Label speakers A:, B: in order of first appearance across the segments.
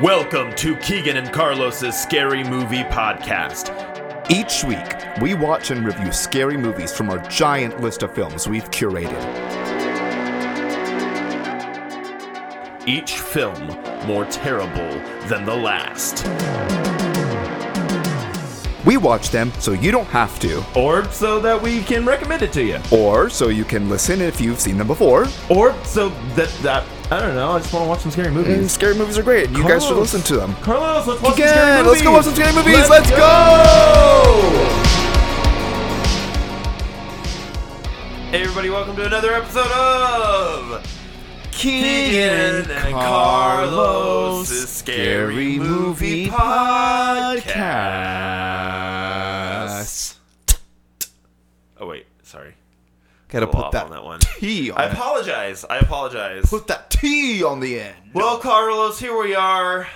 A: Welcome to Keegan and Carlos's Scary Movie Podcast.
B: Each week, we watch and review scary movies from our giant list of films we've curated.
A: Each film more terrible than the last.
B: We watch them so you don't have to,
A: Or so that we can recommend it to you.
B: or so you can listen if you've seen them before.
A: Or so that, that I don't know, I just want to watch some scary
B: And
A: movies.
B: scary movies are great, and you guys should
A: Carlos.
B: listen to them.
A: Carlos, let's watch some scary
B: Again,
A: movies.
B: let's go watch some scary movies. Let's, go.
A: Hey everybody, welcome to another episode of
B: Keegan
A: and Carlos' Scary Movie Podcast. Oh wait, sorry.
B: Gotta
A: Go
B: put
A: off
B: that
A: on that one.
B: T on
A: I
B: it.
A: apologize. I apologize.
B: Put that T on the end.
A: Well, Carlos, here we are.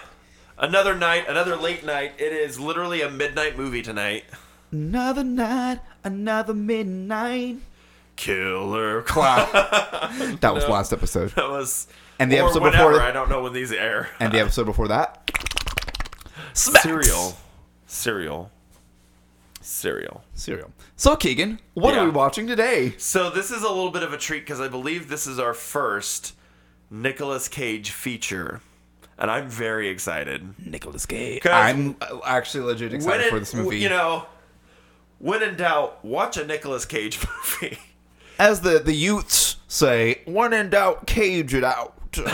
A: Another night, another late night. It is literally a midnight movie tonight.
B: Another night, another midnight.
A: Killer Clown.
B: Clap. that was last episode.
A: That was
B: And the
A: or
B: episode
A: whenever,
B: before that-
A: I don't know when these air.
B: And the episode before that,
A: Cereal, cereal, cereal.
B: cereal. So Keegan, what
A: Yeah.
B: are we watching today?
A: So this is a little bit of a treat because I believe this is our first Nicolas Cage feature, and I'm very excited.
B: Nicholas Cage.
A: 'Cause
B: I'm uh, actually legit
A: When
B: excited
A: in,
B: for this movie.
A: you know, when in doubt, watch a Nicolas Cage movie.
B: as the the youths say, when in doubt, cage it out.
A: Uh,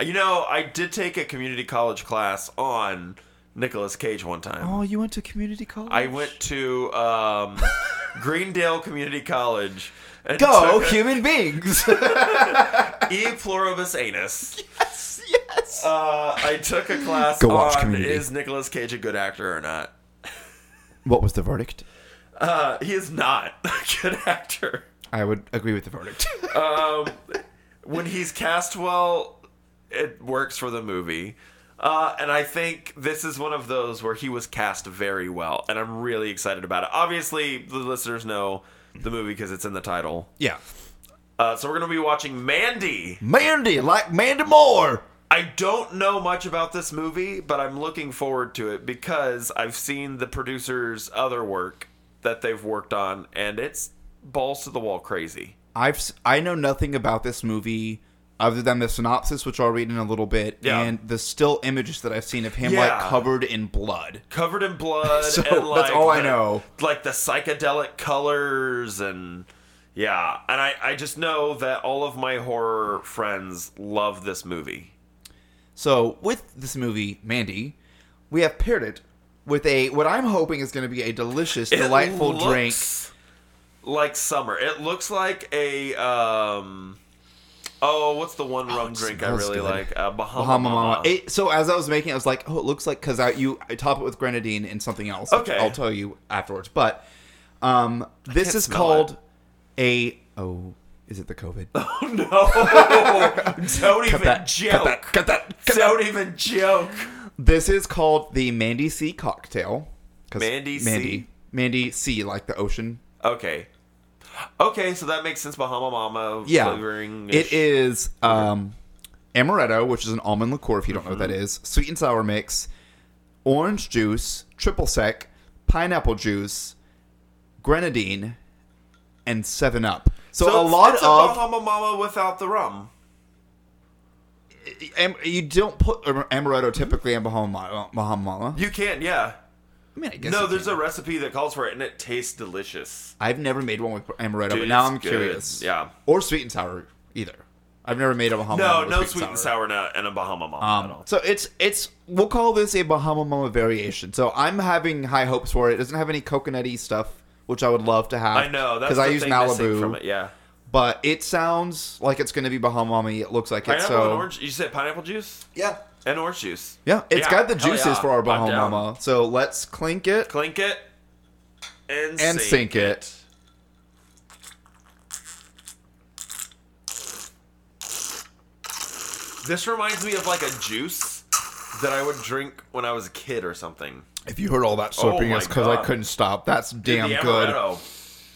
A: You know, I did take a community college class on Nicolas Cage one time.
B: oh, you went to community college.
A: I went to um, Greendale Community College. And
B: Go
A: took
B: human beings.
A: E pluribus anus.
B: yes, yes.
A: Uh, I took a class
B: Go watch
A: on
B: Community.
A: is Nicolas Cage a good actor or not?
B: What was the verdict?
A: Uh, he is not a good actor.
B: I would agree with the verdict.
A: When he's cast well, it works for the movie. Uh, and I think this is one of those where he was cast very well, and I'm really excited about it. Obviously, the listeners know the movie because it's in the title.
B: yeah,
A: Uh, so we're gonna be watching Mandy.
B: Mandy, like Mandy Moore.
A: I don't know much about this movie, but I'm looking forward to it because I've seen the producer's other work that they've worked on, and it's balls to the wall crazy.
B: I've s- I know nothing about this movie other than the synopsis, which I'll read in a little bit,
A: Yeah.
B: and the still images that I've seen of him
A: Yeah.
B: like covered in blood.
A: Covered in blood.
B: So,
A: and
B: that's
A: like
B: all I
A: the-
B: know.
A: Like the psychedelic colors and yeah, and I I just know that all of my horror friends love this movie.
B: So with this movie, Mandy, we have paired it with a what I'm hoping is going to be a delicious, delightful
A: drink.
B: drink.
A: Like summer. It looks like a um Oh, what's the one rum drink I
B: smells
A: really
B: good.
A: like? Uh, Bahama,
B: Bahama
A: Mama.
B: Mama. It- so as I was making, it, I was like, oh, it looks like because I you I top it with grenadine and something else. which
A: Okay.
B: I'll tell you afterwards. But um, this
A: can't
B: is
A: smell
B: called a oh, is it the COVID?
A: no, don't even joke.
B: Cut that. Cut that. Cut that.
A: Don't even joke.
B: This is called the Mandy C cocktail. 'cause
A: Mandy C?
B: Mandy. Mandy C, like the ocean.
A: Okay, okay, so that makes sense. Bahama Mama
B: Yeah.
A: flavoring.
B: It is um, amaretto, which is an almond liqueur, if you don't know what that
A: Mm-hmm.
B: is, sweet and sour mix, orange juice, triple sec, pineapple juice, grenadine, and 7 Up. So, a
A: it's-
B: lot
A: it's a
B: of.
A: Bahama Mama without the rum.
B: am, you don't put am- amaretto typically in Bahama Bahama Mama.
A: You can't. Yeah.
B: I mean, I guess.
A: no,
B: you
A: there's
B: can.
A: a recipe that calls for it, and it tastes delicious.
B: I've never made one with amaretto,
A: Dude,
B: but now
A: it's
B: I'm
A: good.
B: curious.
A: Yeah.
B: Or sweet and sour either. I've never made a Bahama Mama
A: No,
B: with
A: no sweet and sour nut and a Bahama Mama at
B: Um,
A: all.
B: so it's it's we'll call this a Bahama Mama variation. So I'm having high hopes for it. It doesn't have any coconutty stuff, which I would love to have.
A: I know that's
B: because
A: the
B: I use
A: thing missing
B: Malibu.
A: From it. Yeah,
B: But it sounds like it's going to be Bahama Mama. It looks like it.
A: pineapple
B: So
A: and orange. You said pineapple juice
B: yeah,
A: and orange juice.
B: yeah. It's
A: Yeah,
B: got the
A: hell
B: juices
A: yeah.
B: for our
A: I'm
B: Bahama
A: down.
B: Mama. So let's clink it
A: Clink it and
B: and sink it.
A: This reminds me of like a juice that I would drink when I was a kid or something.
B: If you heard all that
A: Oh
B: slurping,
A: my
B: it's because I
A: God.
B: couldn't stop. That's
A: Dude,
B: damn
A: the
B: good.
A: amaretto,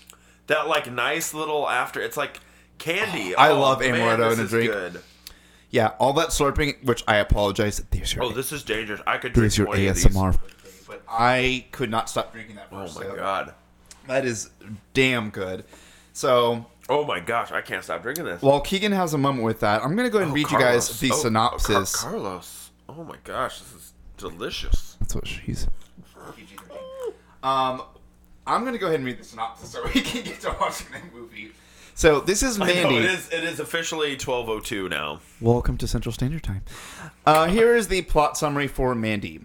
A: That like nice little after. It's like candy.
B: I
A: Oh,
B: love
A: man,
B: amaretto
A: this
B: in a
A: is
B: drink.
A: Good.
B: Yeah, all that slurping, which I apologize. These are,
A: Oh, this is dangerous. I could drink
B: these are
A: 20
B: ASMR.
A: of these.
B: But I could not stop drinking that
A: Oh
B: first
A: my
B: sip.
A: god.
B: That is damn good. So
A: Oh my gosh, I can't stop drinking this.
B: while Keegan has a moment with that, I'm going to go ahead and read you guys
A: Carlos.
B: the
A: Oh, Car-
B: synopsis.
A: Carlos. Oh my gosh, this is delicious.
B: That's what she's. Um, I'm going to go ahead and read the synopsis so we can get to watching that movie. So this is
A: I know,
B: Mandy.
A: it is it is officially 12:02 now.
B: Welcome to Central Standard Time. Uh, here is the plot summary for Mandy.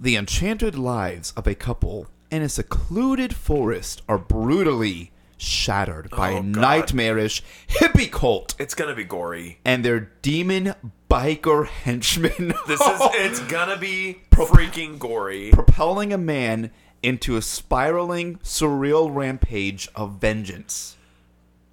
B: The enchanted lives of a couple in a secluded forest are brutally shattered by
A: Oh,
B: a
A: God.
B: nightmarish hippie cult
A: It's going to be gory.
B: and their demon biker henchmen.
A: This is it's going to be freaking gory.
B: propelling a man into a spiraling, surreal rampage of vengeance.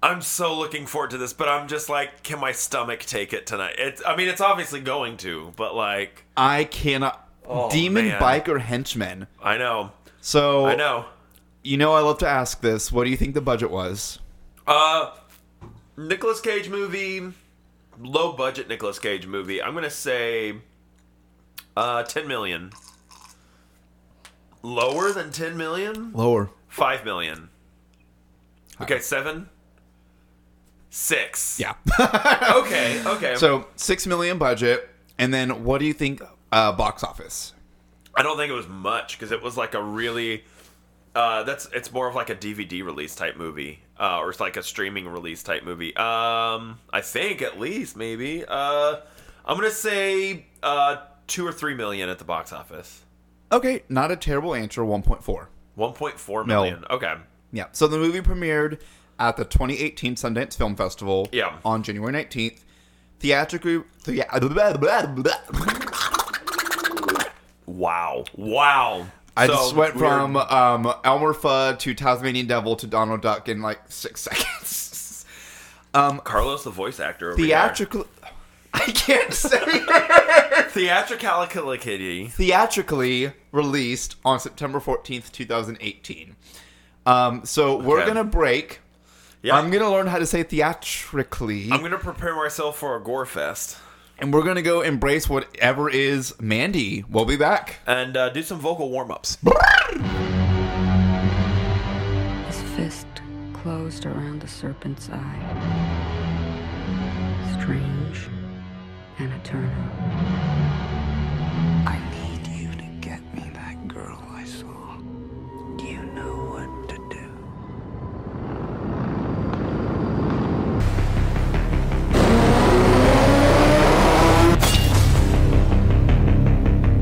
A: I'm so looking forward to this, but I'm just like can my stomach take it tonight? It's I mean, it's obviously going to, but like
B: I cannot.
A: Oh,
B: demon
A: man.
B: biker henchmen.
A: I know.
B: So
A: I know.
B: you know I love to ask this. What do you think the budget was?
A: Uh Nicolas Cage movie, low budget Nicolas Cage movie. I'm going to say uh 10 million. Lower than 10 million?
B: Lower.
A: 5 million. Okay, 7 6.
B: Yeah.
A: Okay, okay.
B: so six million budget, and then what do you think uh, box office?
A: I don't think it was much cuz it was like a really uh that's it's more of like a DVD release type movie. Uh, or it's like a streaming release type movie. Um, I think at least maybe. Uh, I'm gonna say uh, two or three million at the box office.
B: Okay, not a terrible answer. One point four.
A: One point four million. Okay.
B: Yeah. So the movie premiered at the 2018 Sundance Film Festival.
A: Yeah.
B: On January 19th, theatrically. Thea- blah, blah, blah, blah.
A: Wow. Wow.
B: I
A: So,
B: just went
A: we're-
B: from um, Elmer Fudd to Tasmanian Devil to Donald Duck in like six seconds. Um,
A: Carlos, the voice actor. Over
B: theatrically, I can't say.
A: here. theatricality.
B: theatrically released on September fourteenth, two thousand eighteen. Um, so we're
A: Okay.
B: gonna break.
A: Yeah.
B: I'm gonna learn how to say theatrically,
A: I'm gonna prepare myself for a gore fest
B: and we're gonna go embrace whatever is Mandy. We'll be back.
A: and uh, do some vocal warm ups.
C: His fist closed around the serpent's eye. Strange and eternal.
D: I need you to get me that girl I saw. You know what to do.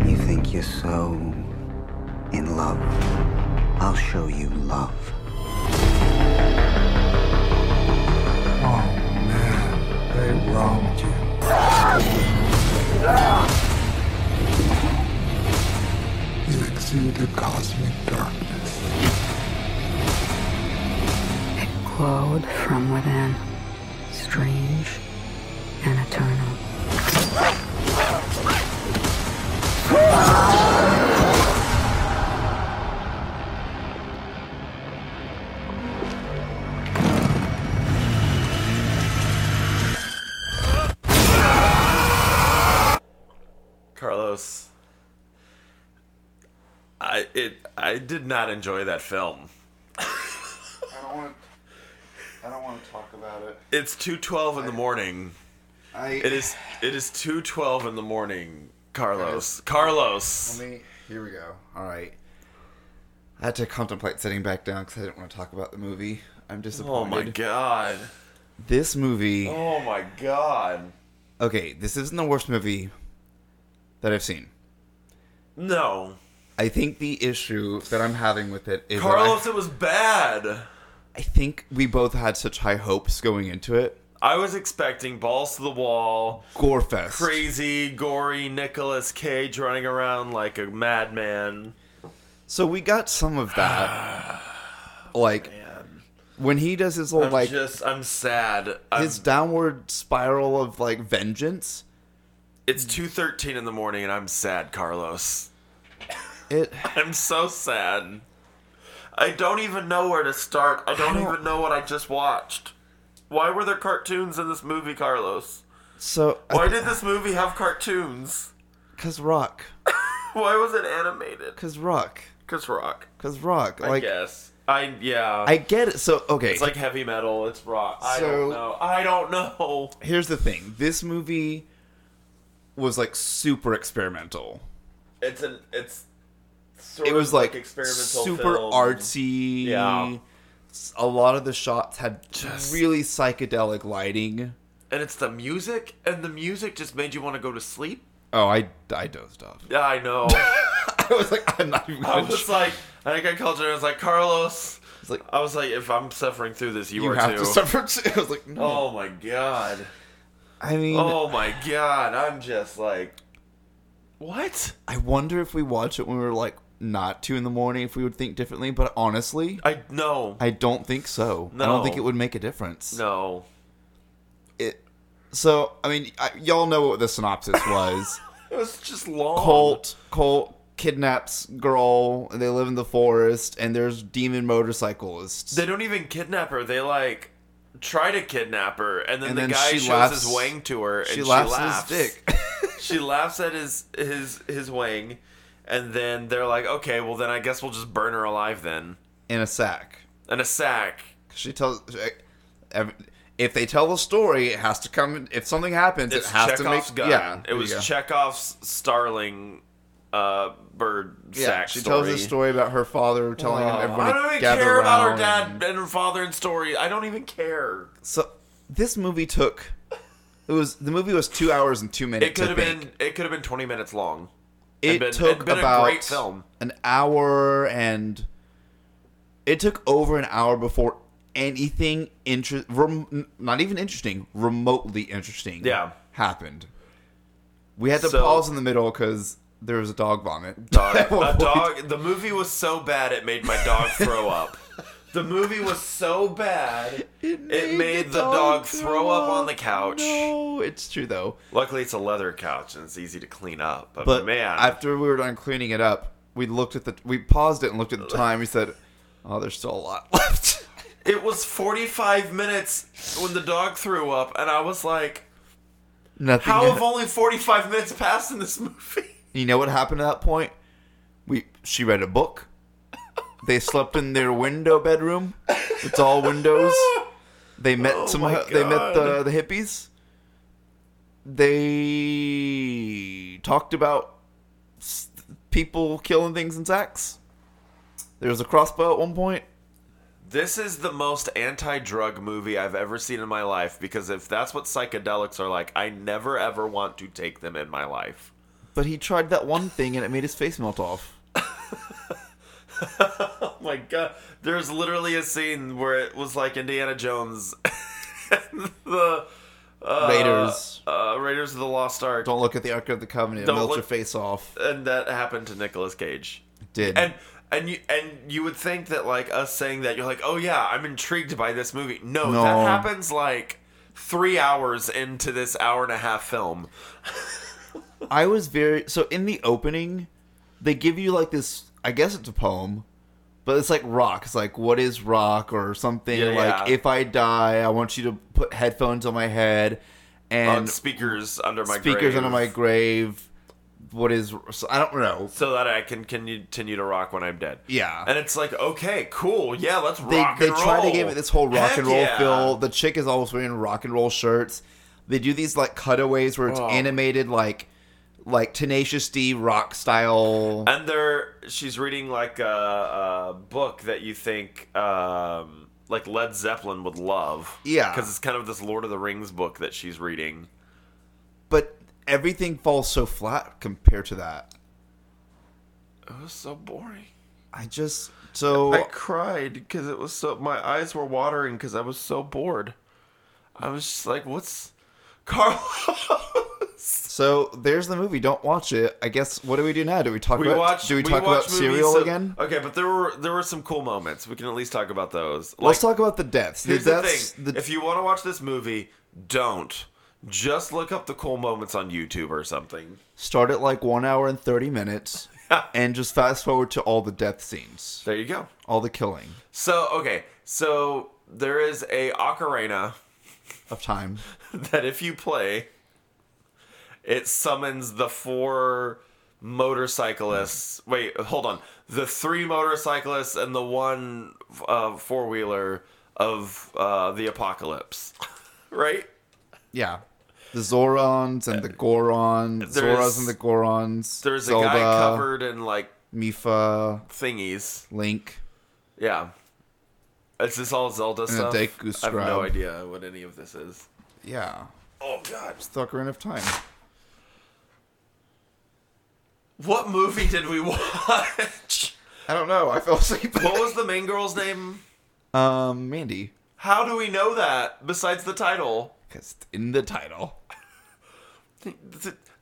D: You think you're so in love? I'll show you love. Oh man, they wronged you. You exude the cosmic darkness.
C: It glowed from within. Strange and eternal.
A: Carlos, I it I did not enjoy that film.
B: I don't want. I don't want to talk about it.
A: It's two twelve in the morning.
B: I
A: It is it is two twelve in the morning, Carlos. Carlos.
B: me. Here we go. All right. I had to contemplate sitting back down because I didn't want to talk about the movie. I'm disappointed.
A: Oh my god.
B: This movie.
A: Oh my god.
B: Okay, this isn't the worst movie that I've seen.
A: No.
B: I think the issue that I'm having with it is that I-
A: Carlos, it was bad.
B: I, think we both had such high hopes going into it.
A: I was expecting balls to the wall,
B: Gorefest.
A: crazy, gory Nicolas Cage running around like a madman.
B: So we got some of that. like when he does his little
A: I'm
B: like
A: just um, I'm sad. I'm-
B: his downward spiral of like vengeance.
A: it's two thirteen in the morning and I'm sad, Carlos.
B: It
A: I'm so sad. I don't even know where to start. I don't,
B: don't-
A: even know what I just watched. Why were there cartoons in this movie, Carlos?
B: So,
A: Why did this movie have cartoons?
B: cause rock,
A: Why was it animated?
B: cause rock,
A: Cause rock.
B: cause rock.
A: I
B: Like
A: guess. I yeah.
B: I get it. So okay,
A: it's like heavy metal. It's rock. I
B: So-
A: don't know. I don't know.
B: here's the thing. This movie was like super experimental.
A: It's an it's. Sort
B: It
A: of
B: was like,
A: experimental,
B: super
A: film.
B: artsy.
A: Yeah.
B: S- A lot of the shots had really psychedelic lighting.
A: and it's the music, and the music just made you want to go to sleep.
B: Oh, I I dozed off.
A: Yeah, I know.
B: I was like, I'm not even.
A: I
B: Gonna
A: was like, I think I called you. and I was like, Carlos.
B: It's like-
A: I was like, if I'm suffering through this, you,
B: you
A: are
B: have
A: too.
B: to suffer too. I was like, no.
A: Oh my god.
B: I mean,
A: Oh my god. I'm just like, what?
B: I wonder if we watch it when we were like not two in the morning, if we would think differently. But honestly,
A: I no.
B: I don't think so. I don't think
A: No.
B: it would make a difference.
A: no.
B: It. So I mean, I, y'all know what the synopsis was.
A: It was just long.
B: Colt, Colt kidnaps girl. and They live in the forest, and there's demon motorcyclists.
A: They don't even kidnap her. They like try to kidnap her, and then
B: And
A: the
B: then
A: guy
B: she
A: shows
B: laughs-
A: his wang to her, and
B: she
A: she
B: laughs,
A: laughs.
B: at his dick.
A: she laughs at his his his wang, and then they're like, okay, well then I guess we'll just burn her alive then,
B: in a sack.
A: in a sack.
B: She tells. If they tell the story, it has to come. If something happens,
A: It's
B: it has to
A: Chekhov's
B: make.
A: gun.
B: Yeah, there
A: it
B: you
A: was
B: go.
A: Chekhov's starling uh, bird sack
B: she
A: story.
B: tells a story about her father telling him everyone
A: I don't
B: to
A: even
B: gather
A: care about her
B: around
A: dad
B: and-
A: and her father and story. I don't even care.
B: So this movie took. It was the movie was two hours and two minutes.
A: It could
B: I
A: have
B: think.
A: been. It could have been twenty minutes long.
B: It
A: it'd been-
B: took
A: it'd been a
B: about
A: great film.
B: an hour and. It took over an hour before anything interest, rem- not even interesting, remotely interesting.
A: Yeah.
B: happened. We had to
A: So-
B: pause in the middle because there was a dog vomit.
A: dog.
B: At one
A: A
B: point.
A: dog. The movie was so bad it made my dog throw up. The movie was so bad it made, the, dog, throw up on the couch.
B: No, it's true though.
A: Luckily, it's a leather couch and it's easy to clean up. But,
B: But
A: man,
B: after we were done cleaning it up, we looked at the we paused it and looked at the time. We said, "Oh, there's still a lot left."
A: it was 45 minutes when the dog threw up, and I was like,
B: Nothing.
A: "How
B: had-
A: have only 45 minutes passed in this movie?"
B: you know what happened at that point? We she read a book. They slept in their window bedroom. It's all windows. They met
A: Oh
B: some.
A: my
B: They met the
A: God.
B: the hippies. They talked about s- people killing things in sacks. There was a crossbow at one point.
A: This is the most anti-drug movie I've ever seen in my life because if that's what psychedelics are like, I never ever want to take them in my life.
B: But he tried that one thing and it made his face melt off.
A: Oh my god. There's literally a scene where it was like Indiana Jones and the uh,
B: Raiders.
A: Uh, Raiders of the Lost Ark.
B: Don't look at the Ark of the Covenant. It
A: Don't
B: melts
A: look-
B: your face off.
A: And that happened to Nicolas Cage.
B: Did
A: And and you and you would think that like us saying that you're like, "Oh yeah, I'm intrigued by this movie." No,
B: No.
A: that happens like 3 hours into this hour and a half film.
B: I was very so in the opening, they give you like this. I guess it's a poem, but it's like rock. It's like what is rock or something.
A: Yeah,
B: like
A: yeah.
B: if I die, I want you to put headphones on my head
A: on
B: and
A: speakers under my
B: speakers
A: grave,
B: under my grave. What is so I don't know.
A: so that I can continue to rock when I'm dead.
B: Yeah.
A: and it's like okay, cool, yeah, let's
B: they,
A: rock.
B: they
A: and
B: try to
A: roll.
B: give it this whole rock
A: Heck
B: and roll
A: yeah.
B: feel. The chick is always wearing rock and roll shirts. They do these like cutaways where it's
A: Oh.
B: animated like like Tenacious D rock style.
A: And there, she's reading like a, a book that you think um, like Led Zeppelin would love.
B: Yeah.
A: because it's kind of this Lord of the Rings book that she's reading.
B: but everything falls so flat compared to that.
A: It was so boring.
B: I just so
A: I cried because it was so. My eyes were watering because I was so bored. I was just like, "What's Carlos?"
B: so there's the movie. Don't watch it. I guess what do we do now? Do we talk
A: we
B: about
A: watched.
B: do we talk about
A: watched movies,
B: serial
A: so-
B: again?
A: Okay, but there were there were some cool moments. We can at least talk about those. Like,
B: Let's talk about the deaths.
A: Here's
B: the
A: the
B: deaths
A: thing: if you want to watch this movie, don't just look up the cool moments on YouTube or something.
B: start at like one hour and thirty minutes and just fast forward to all the death scenes.
A: There you go.
B: All the killing
A: So okay, so there is a ocarina
B: of time.
A: that if you play, it summons the four motorcyclists. Wait, hold on. The three motorcyclists and the one uh, four wheeler of uh, the apocalypse, right?
B: Yeah. The Zorons and the Gorons.
A: Uh, There's-
B: Zoras and the Gorons.
A: There's a
B: Zelda,
A: guy covered in like
B: Mifa,
A: thingies.
B: Link.
A: Yeah. Is this all Zelda
B: a
A: stuff?
B: Deku
A: I have no
B: scrub.
A: idea what any of this is.
B: Yeah.
A: Oh god.
B: It's the Ocarina of Time.
A: What movie did we watch?
B: I don't know. I fell asleep.
A: What was the main girl's name?
B: um, Mandy.
A: How do we know that besides the title?
B: Because in the title.
A: Th-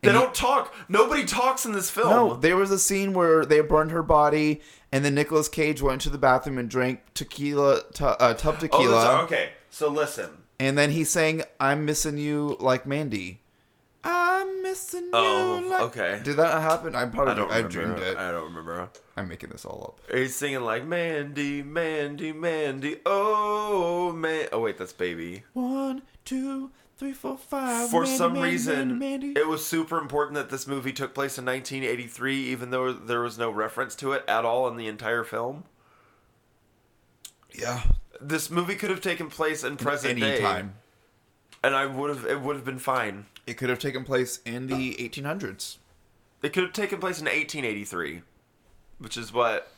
A: They don't talk. Nobody talks in this film.
B: No, there was a scene where they burned her body, and then Nicolas Cage went to the bathroom and drank tequila, tu- uh, tub
A: oh,
B: tequila.
A: that's, okay. So listen.
B: And then he sang "I'm missing you like Mandy." I'm missing you.
A: Oh,
B: like...
A: okay.
B: Did that happen? I'm probably
A: I
B: I,
A: don't remember.
B: dreamed it.
A: I don't remember.
B: I'm making this all up.
A: He's singing like Mandy, Mandy, Mandy. Oh man. Oh wait, that's baby.
B: One, two, three, four, five.
A: For
B: Mandy,
A: some
B: Mandy,
A: reason,
B: Mandy, Mandy.
A: it was super important that this movie took place in 1983, even though there was no reference to it at all in the entire film.
B: yeah,
A: This movie could have taken place in present
B: any
A: day,
B: time
A: and I would have. It would have been fine.
B: it could have taken place in the
A: Uh.
B: 1800s.
A: It could have taken place in 1883, which is what.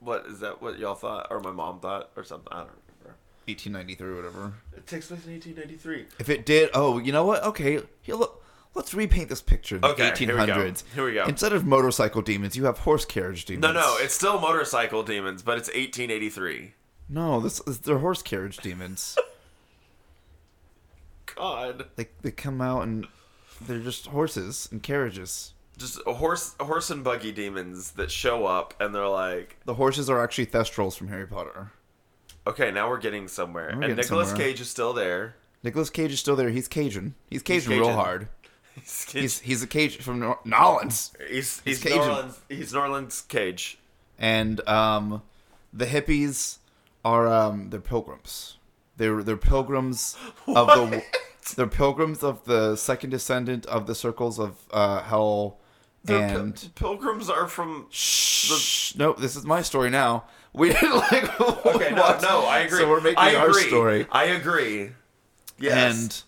A: What is that? What y'all thought, or my mom thought, or something? I don't remember.
B: 1893 or whatever.
A: It takes place in 1893.
B: If it did, oh, you know what? Okay, here, look, let's repaint this picture in the
A: Okay, here we go.
B: 1800s.
A: Here we go.
B: Instead of motorcycle demons, you have horse carriage demons.
A: No, no, it's still motorcycle demons, but it's 1883.
B: no. This is they're horse carriage demons.
A: God,
B: like they come out and they're just horses and carriages.
A: just a horse, horse and buggy demons that show up, and they're like,
B: The horses are actually Thestrals from Harry Potter.
A: okay, now we're getting somewhere.
B: getting
A: and Nicolas
B: somewhere.
A: Cage is still there.
B: Nicolas Cage is still there. He's Cajun. He's Cajun, real
A: Cajun.
B: hard.
A: He's
B: He's
A: he's
B: he's a Cajun from Nor- Nolans.
A: he's,
B: he's
A: he's,
B: Cajun.
A: Norland's, he's Norland's Cage.
B: And um, the hippies are um, they're pilgrims. They're they're pilgrims of the they're pilgrims of the second descendant of the circles of uh, hell
A: They're pil-
B: and.
A: pilgrims are from
B: Shh. Nope, this is my story now. We didn't like.
A: Okay, no, no, I agree.
B: So we're making
A: I
B: our
A: agree.
B: story.
A: I agree. Yes.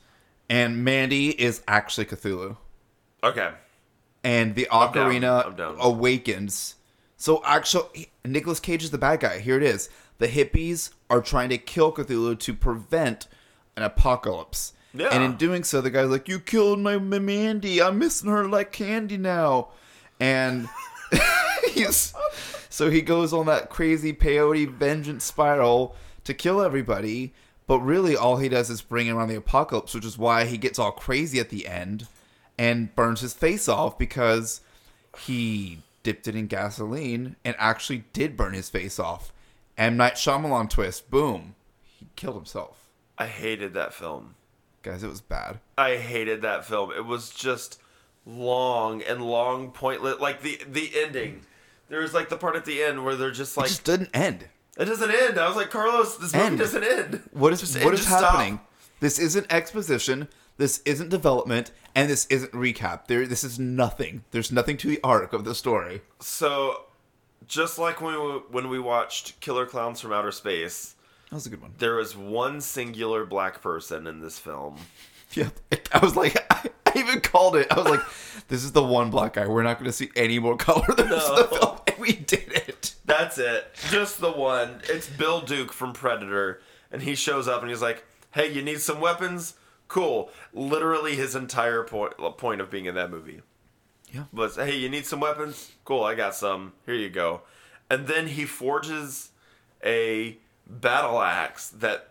B: and and Mandy is actually Cthulhu,
A: okay.
B: and the
A: down.
B: ocarina
A: I'm down.
B: awakens. So actually, Nicolas Cage is the bad guy. Here it is: the hippies are trying to kill Cthulhu to prevent an apocalypse.
A: Yeah.
B: And in doing so, the guy's like, "You killed my my Mandy. I'm missing her like candy now," and he's so he goes on that crazy peyote vengeance spiral to kill everybody. But really, all he does is bring around the apocalypse, which is why he gets all crazy at the end and burns his face off because he dipped it in gasoline and actually did burn his face off. M. Night Shyamalan twist. Boom. He killed himself.
A: I hated that film.
B: Guys, it was bad.
A: I hated that film. It was just long and long pointless like the the ending. There was like the part at the end where they're just
B: It
A: like
B: just didn't end.
A: it doesn't end. I was like, Carlos, this movie
B: End.
A: doesn't end.
B: What is
A: Just
B: what
A: end,
B: is
A: just stop.
B: happening? This isn't exposition. This isn't development, and this isn't recap. There, this is nothing. There's nothing to the arc of the story.
A: So just like when we, when we watched Killer Clowns from Outer Space,
B: That was a good one.
A: there was one singular black person in this film.
B: Yeah, I was like, I, I even called it. I was like, this is the one black guy. We're not going to see any more color than this in the
A: No.
B: film, and we did it.
A: That's it. Just the one. It's Bill Duke from Predator, and he shows up and he's like, "Hey, you need some weapons? Cool." Literally, his entire point point of being in that movie
B: Yeah.
A: was, "Hey, you need some weapons? Cool, I got some. Here you go." And then he forges a battle axe that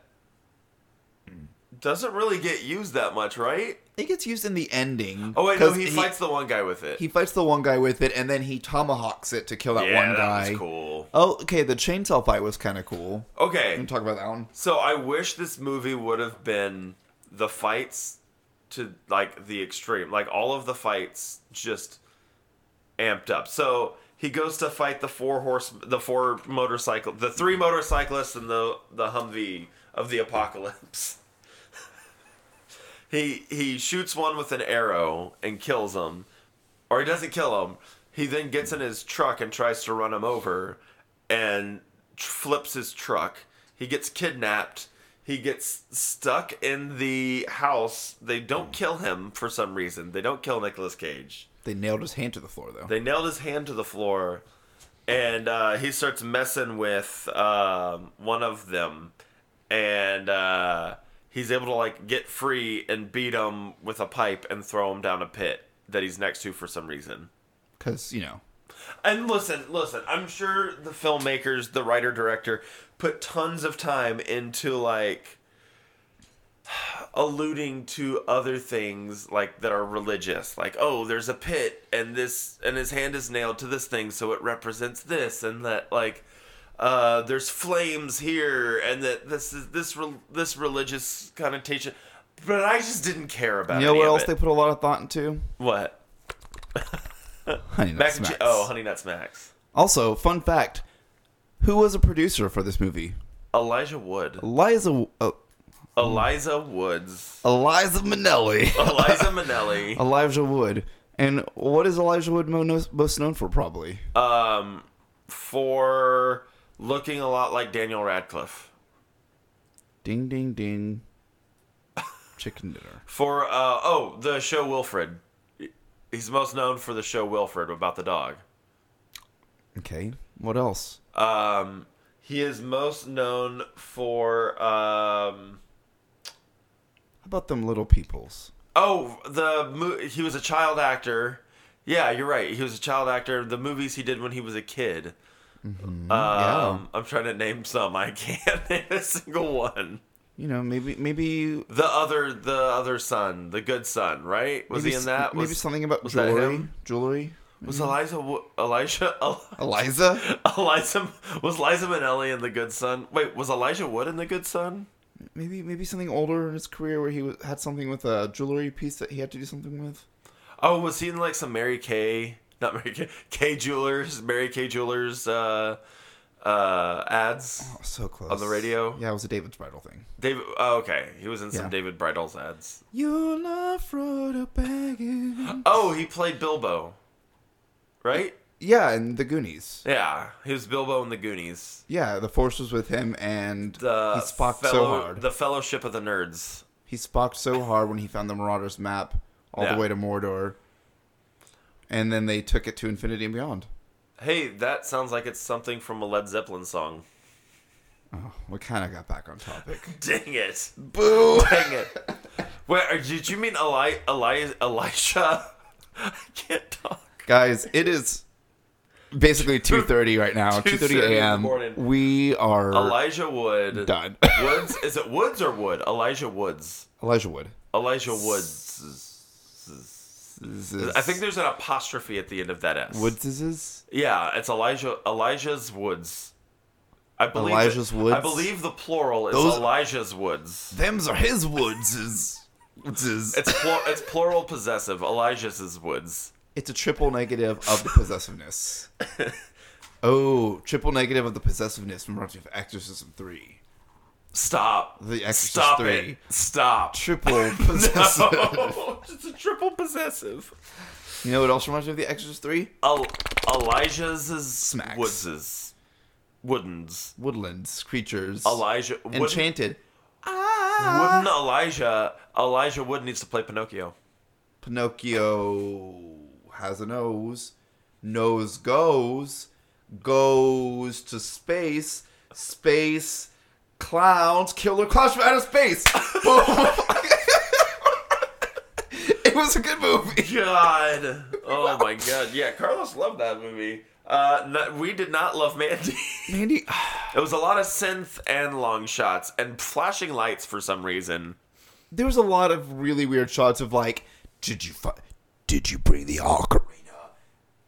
A: doesn't really get used that much, right?
B: It gets used in the ending.
A: Oh wait, no,
B: 'cause
A: he, fights the one guy with it.
B: He fights the one guy with it, and then he tomahawks it to kill that
A: yeah,
B: one guy.
A: that was cool.
B: Oh, okay. The chainsaw fight was kind of cool.
A: Okay,
B: We can talk about that one.
A: So I wish this movie would have been the fights to like the extreme, like all of the fights just amped up. So he goes to fight the four horse, the four motorcycle, the three motorcyclists, and the the Humvee of the apocalypse. He he shoots one with an arrow and kills him, or he doesn't kill him. He then gets in his truck and tries to run him over, and tr- flips his truck. He gets kidnapped. He gets stuck in the house. They don't kill him for some reason. They don't kill Nicolas Cage.
B: They nailed his hand to the floor, though.
A: They nailed his hand to the floor, and uh, he starts messing with um, one of them, and uh, he's able to like get free and beat him with a pipe and throw him down a pit that he's next to for some reason.
B: Because, you know,
A: And listen, listen, I'm sure the filmmakers, the writer director, put tons of time into like alluding to other things like that are religious like oh there's a pit and this and his hand is nailed to this thing so it represents this and that like uh there's flames here and that this is this rel this religious connotation but i just didn't care about
B: you know
A: any
B: what
A: of
B: else
A: it.
B: they put a lot of thought into?
A: what
B: Honey Nut
A: mac and che-
B: Smacks.
A: oh honey nuts max
B: Also, fun fact: Who was a producer for this movie?
A: elijah wood
B: Eliza uh,
A: Eliza Woods.
B: Eliza Minnelli,
A: Eliza Minnelli.
B: Elijah Wood. And what is Elijah Wood mo- no- most known for? Probably
A: Um, for looking a lot like Daniel Radcliffe.
B: ding ding ding, chicken dinner.
A: For, uh, oh, the show Wilfred. He's most known for the show Wilfred about the dog.
B: Okay, what else?
A: Um, he is most known for, um,
B: How about them little peoples?
A: oh, the, mo- he was a child actor. Yeah, you're right. He was a child actor. The movies he did when he was a kid. Um, I'm trying to name some. I can't name a single one.
B: You know, maybe maybe
A: The other, the other son, the good son, right? Was
B: maybe,
A: he in
B: s-
A: that?
B: Maybe
A: was,
B: something about
A: was that
B: jewelry.
A: him?
B: Jewelry.
A: Was Eliza, Wo- Elisha, El-
B: Eliza.
A: Eliza, was Eliza Minnelli in the Good Son? Wait, was Elijah Wood in the Good Son?
B: maybe maybe something older in his career where he was, had something with a jewelry piece that he had to do something with.
A: Oh, was he in like some Mary Kay, not Mary Kay, Kay Jewelers, Mary Kay Jewelers uh, uh, ads?
B: So close
A: On the radio?
B: Yeah, it was a David's bridal thing.
A: David, oh, okay, he was in some
B: Yeah.
A: David Bridles ads.
B: You'll not throw the baggage.
A: Oh, he played Bilbo, right?
B: Yeah, and the Goonies.
A: Yeah, he was Bilbo in the Goonies.
B: Yeah, the Force was with him, and
A: The
B: he spocked so
A: fellow-
B: hard.
A: The Fellowship of the Nerds.
B: he spocked so hard when he found the Marauders map all
A: Yeah.
B: the way to Mordor, and then they took it to infinity and beyond.
A: Hey, that sounds like it's something from a Led Zeppelin song.
B: Oh, we kind of got back on topic.
A: Dang it.
B: Boo!
A: Dang it. Wait, did you mean Eli- Eli- Elisha? I can't talk.
B: Guys, it is basically two thirty right now.
A: 2:30
B: Two
A: in the
B: thirty a.m.
A: morning.
B: We are
A: Elijah Wood.
B: done.
A: Woods? Is it Woods or Wood? Elijah Woods.
B: Elijah Wood.
A: Elijah Woods.
B: This is-
A: I think there's an apostrophe at the end of that S.
B: Woods is his.
A: Yeah, it's Elijah. Elijah's Woods. I believe
B: Elijah's
A: it- I
B: Woods?
A: believe the plural is
B: Those-
A: Elijah's Woods.
B: Them's are his woods. Is woods is.
A: It's plur- it's plural possessive. Elijah's is Woods.
B: It's a triple negative of the possessiveness. oh, triple negative of the possessiveness from Rocky of Exorcism 3.
A: Stop.
B: The Exorcist
A: Stop
B: 3.
A: it. Stop.
B: Triple possessive.
A: no, it's a triple possessive.
B: You know what else reminds me of The Exorcist 3?
A: El- Elijah's is
B: Smacks.
A: Woods's. Woodens.
B: Woodlands, creatures.
A: Elijah. Wooden,
B: Enchanted.
A: Wooden Elijah. Elijah Wood needs to play Pinocchio.
B: Pinocchio has a nose. Nose goes. Goes to space. Space. Clowns. Killer clowns from outer space. Boom. it was a good movie.
A: God. Oh my God. Yeah, Carlos loved that movie. Uh, no, we did not love Mandy.
B: Mandy.
A: it was a lot of synth and long shots and flashing lights for some reason.
B: there was a lot of really weird shots of like, did you fi- did you bring the ocarina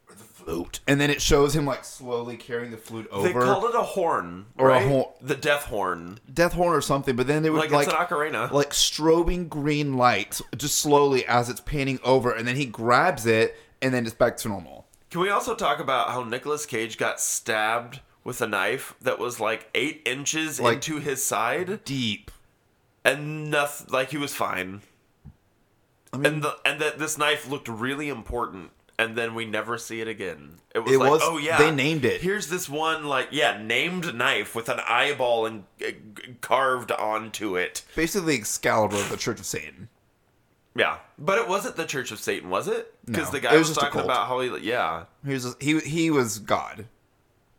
B: or the flute? And then it shows him like slowly carrying the flute
A: They called
B: over
A: it a horn
B: Or a
A: right?
B: hor-
A: The death horn.
B: death horn or something. But then they would
A: Like,
B: like
A: it's an ocarina.
B: like strobing green lights just slowly as it's panning over, and then he grabs it, and then it's back to normal.
A: Can we also talk about how Nicolas Cage got stabbed with a knife that was like eight inches
B: Like-
A: into his side
B: Deep.
A: and nothing, like he was fine.
B: I mean,
A: and the, and that this knife looked really important, and then we never see it again. It was
B: It
A: like,
B: was-
A: oh yeah,
B: they named it.
A: Here's this one, like yeah, named knife with an eyeball and uh, g- carved onto it.
B: basically Excalibur, of the Church of Satan.
A: Yeah, but it wasn't the Church of Satan, was it? Because
B: No,
A: the
B: it
A: guy
B: was
A: was,
B: just a
A: talking
B: cult.
A: about how he, yeah,
B: He was he he was God,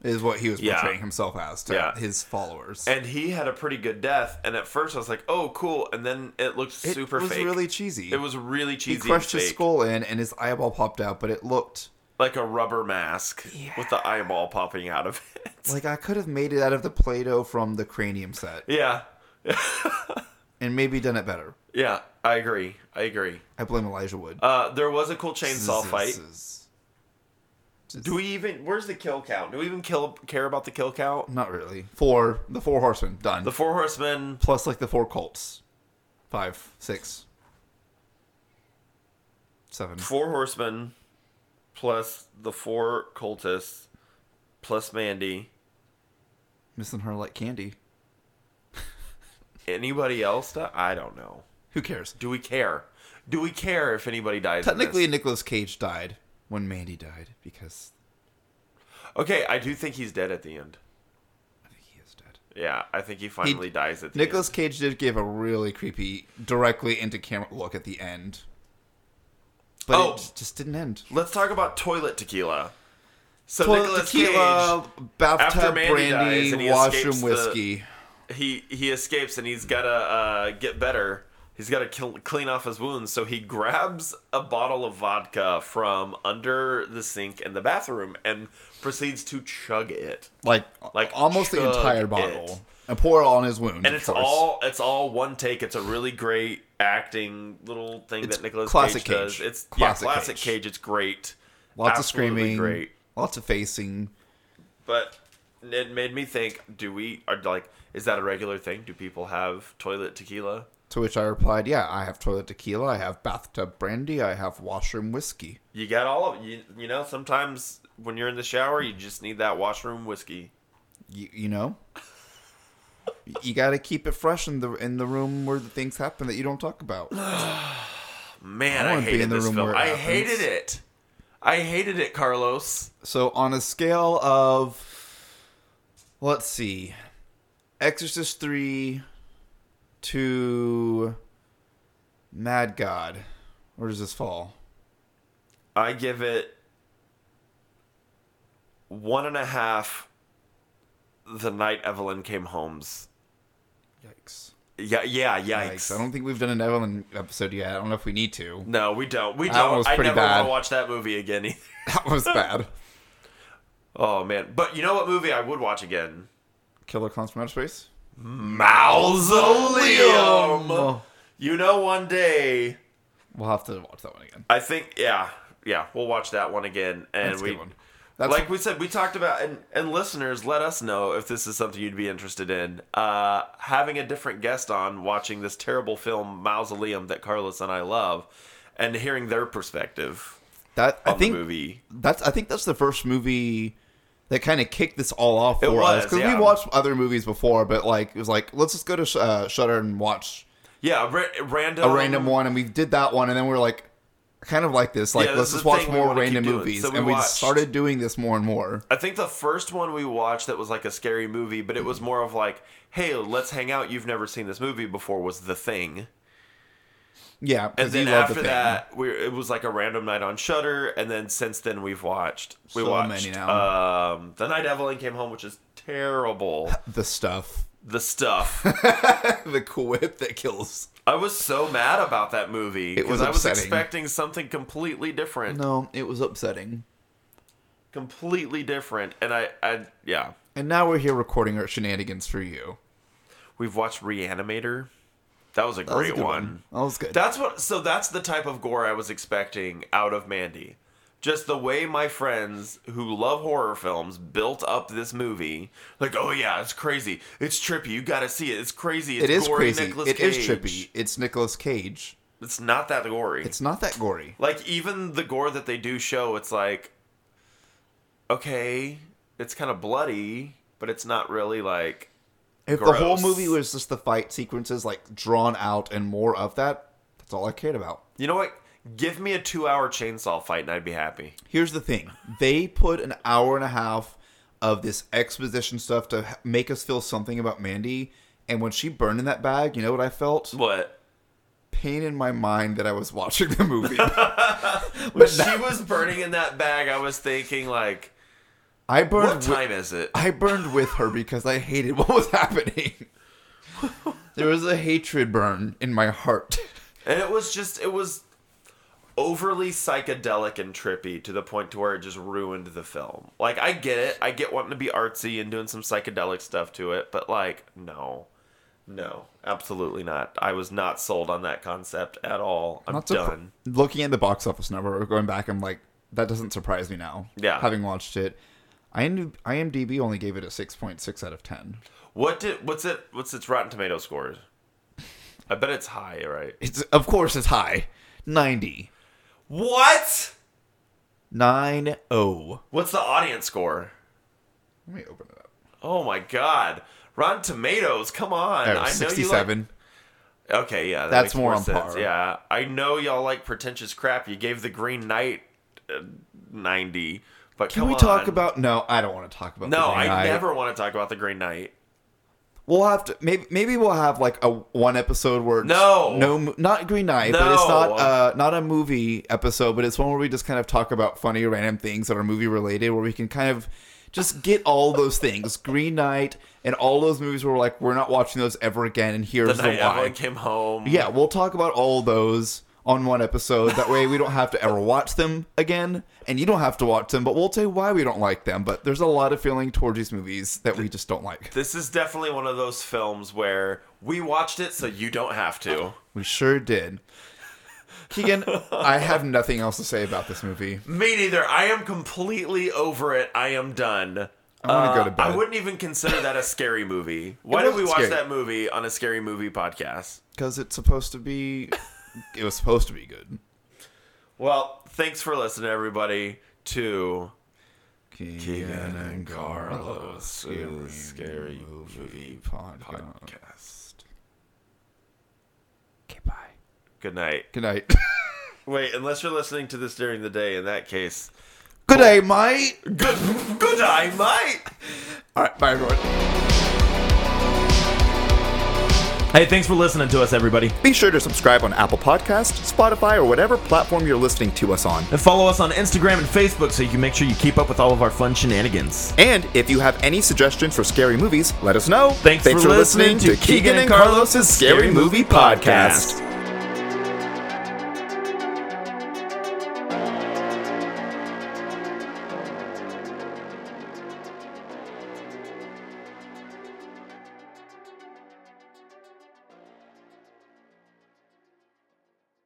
B: is what he was
A: Yeah.
B: portraying himself as to
A: Yeah.
B: his followers.
A: and he had a pretty good death. And at first, I was like, oh cool, and then it looked
B: it
A: super
B: was
A: fake.
B: really cheesy.
A: it was really
B: he
A: cheesy.
B: crushed
A: and
B: his
A: fake.
B: skull in, and his eyeball popped out, but it looked
A: like a rubber mask with the eyeball popping out of it.
B: like I could have made it out of the Play-Doh from the cranium set,
A: yeah,
B: and maybe done it better.
A: yeah, I agree. I agree.
B: I blame Elijah Wood.
A: Uh, there was a cool chainsaw fight. Do
B: Do we?
A: we even? Where's the kill count? Do we even kill care about the kill count?
B: Not really. Four. The four horsemen done.
A: The four horsemen.
B: plus like the four cults. Five, six, seven.
A: Four horsemen, plus the four cultists, plus Mandy.
B: Missing her like candy.
A: Anybody else? That, I don't know.
B: Who cares?
A: Do we care? Do we care if anybody dies? in
B: Technically,
A: this?
B: Nicolas Cage died when Mandy died because
A: okay. I do think he's dead at the end.
B: I think he is dead.
A: Yeah, I think he finally dies at the
B: Nicolas
A: end.
B: Cage did give a really creepy, directly into camera look at the end, but
A: Oh.
B: it j- just didn't end.
A: Let's talk about toilet tequila. So
B: Toilet
A: Nicolas
B: tequila, bathtub
A: after Mandy
B: brandy,
A: dies and he escapes
B: washroom
A: the-
B: whiskey.
A: he he escapes and he's gotta uh, get better. He's gotta kill, clean off his wounds. So he grabs a bottle of vodka from under the sink in the bathroom and proceeds to chug it.
B: like
A: Like,
B: almost the
A: chug
B: entire
A: it.
B: bottle and pour it on his wound.
A: And
B: of
A: it's
B: course.
A: all it's all one take. It's a really great acting little thing
B: It's
A: that Nicolas
B: classic
A: Cage does.
B: Cage.
A: It's
B: Classic
A: yeah, classic
B: Cage.
A: Cage. It's great.
B: lots of
A: Absolutely
B: screaming,
A: Great.
B: lots of facing.
A: But it made me think: Do we are like? Is that a regular thing? Do people have toilet tequila?
B: To which I replied, "Yeah, I have toilet tequila. I have bathtub brandy. I have washroom whiskey.
A: You got all of you. You know, sometimes when you're in the shower, you just need that washroom whiskey.
B: You, you know, you got to keep it fresh in the in the room where the things happen that you don't talk about.
A: Man,
B: I
A: I,
B: wanna be
A: hated
B: in the
A: this
B: room
A: film.
B: where it
A: I
B: happens.
A: hated it. I hated it, Carlos.
B: So on a scale of let's see. Exorcist 3 to Mad God. Where does this fall?
A: I give it one and a half. The night Evelyn came home's.
B: Yikes.
A: Yeah, yeah, yikes.
B: Yikes. I don't think we've done an Evelyn episode yet. I don't know if we need to.
A: no, we don't. We
B: That
A: don't.
B: one was
A: I
B: pretty
A: never want
B: bad.
A: to watch that movie again. Either.
B: That was bad.
A: Oh man! But you know what movie I would watch again?
B: Killer Clowns from Outer Space?
A: Mausoleum. You know, one day
B: We'll have to watch that one again.
A: I think, yeah, yeah, we'll watch that one again, and
B: That's a
A: we,
B: good one. That's
A: like we said, we talked about, and and listeners, let us know if this is something you'd be interested in. Uh, having a different guest on, watching this terrible film Mausoleum that Carlos and I love, and hearing their perspective
B: that I
A: on
B: think
A: the movie.
B: that's I think that's the first movie that kind of kicked this all off
A: It
B: for
A: was,
B: us because
A: yeah.
B: we watched other movies before, but like it was like let's just go to Sh- uh, Shutter and watch
A: Yeah, a ra-
B: a
A: random,
B: random one, and we did that one, and then we are like I kind of like this, like
A: Yeah,
B: let's
A: this is
B: just
A: the
B: watch
A: thing we
B: more
A: wanna keep
B: random
A: doing.
B: movies,
A: So we
B: and we
A: watched-
B: started doing this more and more.
A: I think the first one we watched that was like a scary movie, but it was more of like, hey, let's hang out. You've never seen this movie before. Was The Thing.
B: Yeah,
A: and
B: 'cause you
A: then
B: love the
A: after
B: thing.
A: that, we it was like a random night on Shutter, and then since then we've watched we
B: So
A: watched
B: many
A: um the night Evelyn came home, which is terrible.
B: the stuff,
A: the stuff
B: the quip that kills.
A: I was so mad about that movie
B: It
A: because
B: was
A: I was
B: upsetting.
A: expecting something completely different,
B: No, it was upsetting.
A: completely different, and I I yeah
B: And now we're here recording our shenanigans for you.
A: we've watched Reanimator. That was a
B: That was a
A: great
B: good
A: one.
B: That was good.
A: That's what. So that's the type of gore I was expecting out of Mandy. Just the way my friends who love horror films built up this movie, like, oh yeah, it's crazy, it's trippy, you gotta see it, it's crazy, it's
B: it is
A: gory
B: crazy.
A: Nicolas
B: It is
A: Cage.
B: trippy. It's Nicolas Cage.
A: It's not that gory.
B: It's not that gory.
A: like even the gore that they do show, it's like, okay, it's kind of bloody, but it's not really like,
B: If the whole
A: Gross.
B: movie was just the fight sequences, like drawn out and more of that, that's That's all I cared about.
A: You know what? Give me a two-hour chainsaw fight, and I'd be happy.
B: Here's the thing they put an hour and a half of this exposition stuff to h- make us feel something about Mandy. And when she burned in that bag, you know what I felt?
A: What?
B: Pain in my mind that I was watching the movie.
A: When she was burning in that bag, I was thinking like,
B: I burned.
A: what
B: wi-
A: time is it?
B: I burned with her because I hated what was happening. there was a hatred burn in my heart.
A: And it was just it was overly psychedelic and trippy to the point to where it just ruined the film. Like I get it. I get wanting to be artsy and doing some psychedelic stuff to it, but like no. No, absolutely not. I was not sold on that concept at all. I'm
B: Not surpri-
A: done.
B: Looking at the box office number or going back, I'm like, that doesn't surprise me now.
A: Yeah.
B: Having watched it, IMD- IMDb only gave it a 6.6 out of 10.
A: What did what's it what's its Rotten Tomato scores? I bet it's high, right?
B: It's of course it's high, 90,
A: What?
B: 90. Let
A: What's the audience score?
B: oh. me open it up.
A: Oh my god. Rotten Tomatoes, come on.
B: Oh,
A: I know you like-
B: 67.
A: Okay, yeah, that makes
B: That's more on
A: sense.
B: par.
A: Yeah, I know y'all like pretentious crap. You gave the Green Knight uh, ninety, but
B: Can
A: come
B: we talk
A: on.
B: about? No, I don't want to talk about.
A: No,
B: The Green
A: I
B: Knight.
A: never want to talk about the Green Knight.
B: We'll have to maybe maybe we'll have like a one episode where it's
A: No.
B: no mo- not Green Knight, but it's
A: No.
B: not uh not a movie episode, but it's one where we just kind of talk about funny random things that are movie related, where we can kind of just get all those things Green Knight and all those movies where we're like we're not watching those ever again, and
A: The
B: here's the,
A: night
B: why.
A: everyone came home.
B: Yeah, we'll talk about all those on one episode. That way we don't have to ever watch them again, and you don't have to watch them. But we'll tell you why we don't like them. But there's a lot of feeling towards these movies that we just don't like.
A: this is definitely one of those films where we watched it, so you don't have to.
B: We sure did. Keegan, I have nothing else to say about this movie.
A: Me neither. I am completely over it. I am done. Uh,
B: I wanna go to
A: I
B: bed.
A: wouldn't even consider that a scary movie. Why did we
B: wasn't
A: watch
B: scary.
A: that movie on a scary movie podcast?
B: Because it's supposed to be. It was supposed to be good.
A: Well, thanks for listening, everybody. To
B: Keegan
A: and Carlos in the Scary Movie
B: Podcast.
A: podcast.
B: Okay, bye.
A: Good night.
B: Good night.
A: Wait, unless you're listening to this during the day, in that case,
B: good day, mate.
A: good good night, mate.
B: All right, bye, everyone.
A: Hey, thanks for listening to us, everybody,
B: Be sure to subscribe on Apple Podcasts, Spotify, or whatever platform you're listening to us on.
A: and follow us on Instagram and Facebook so you can make sure you keep up with all of our fun shenanigans.
B: And if you have any suggestions for scary movies, let us know.
A: Thanks for listening to Keegan and Carlos's Scary Movie Podcast.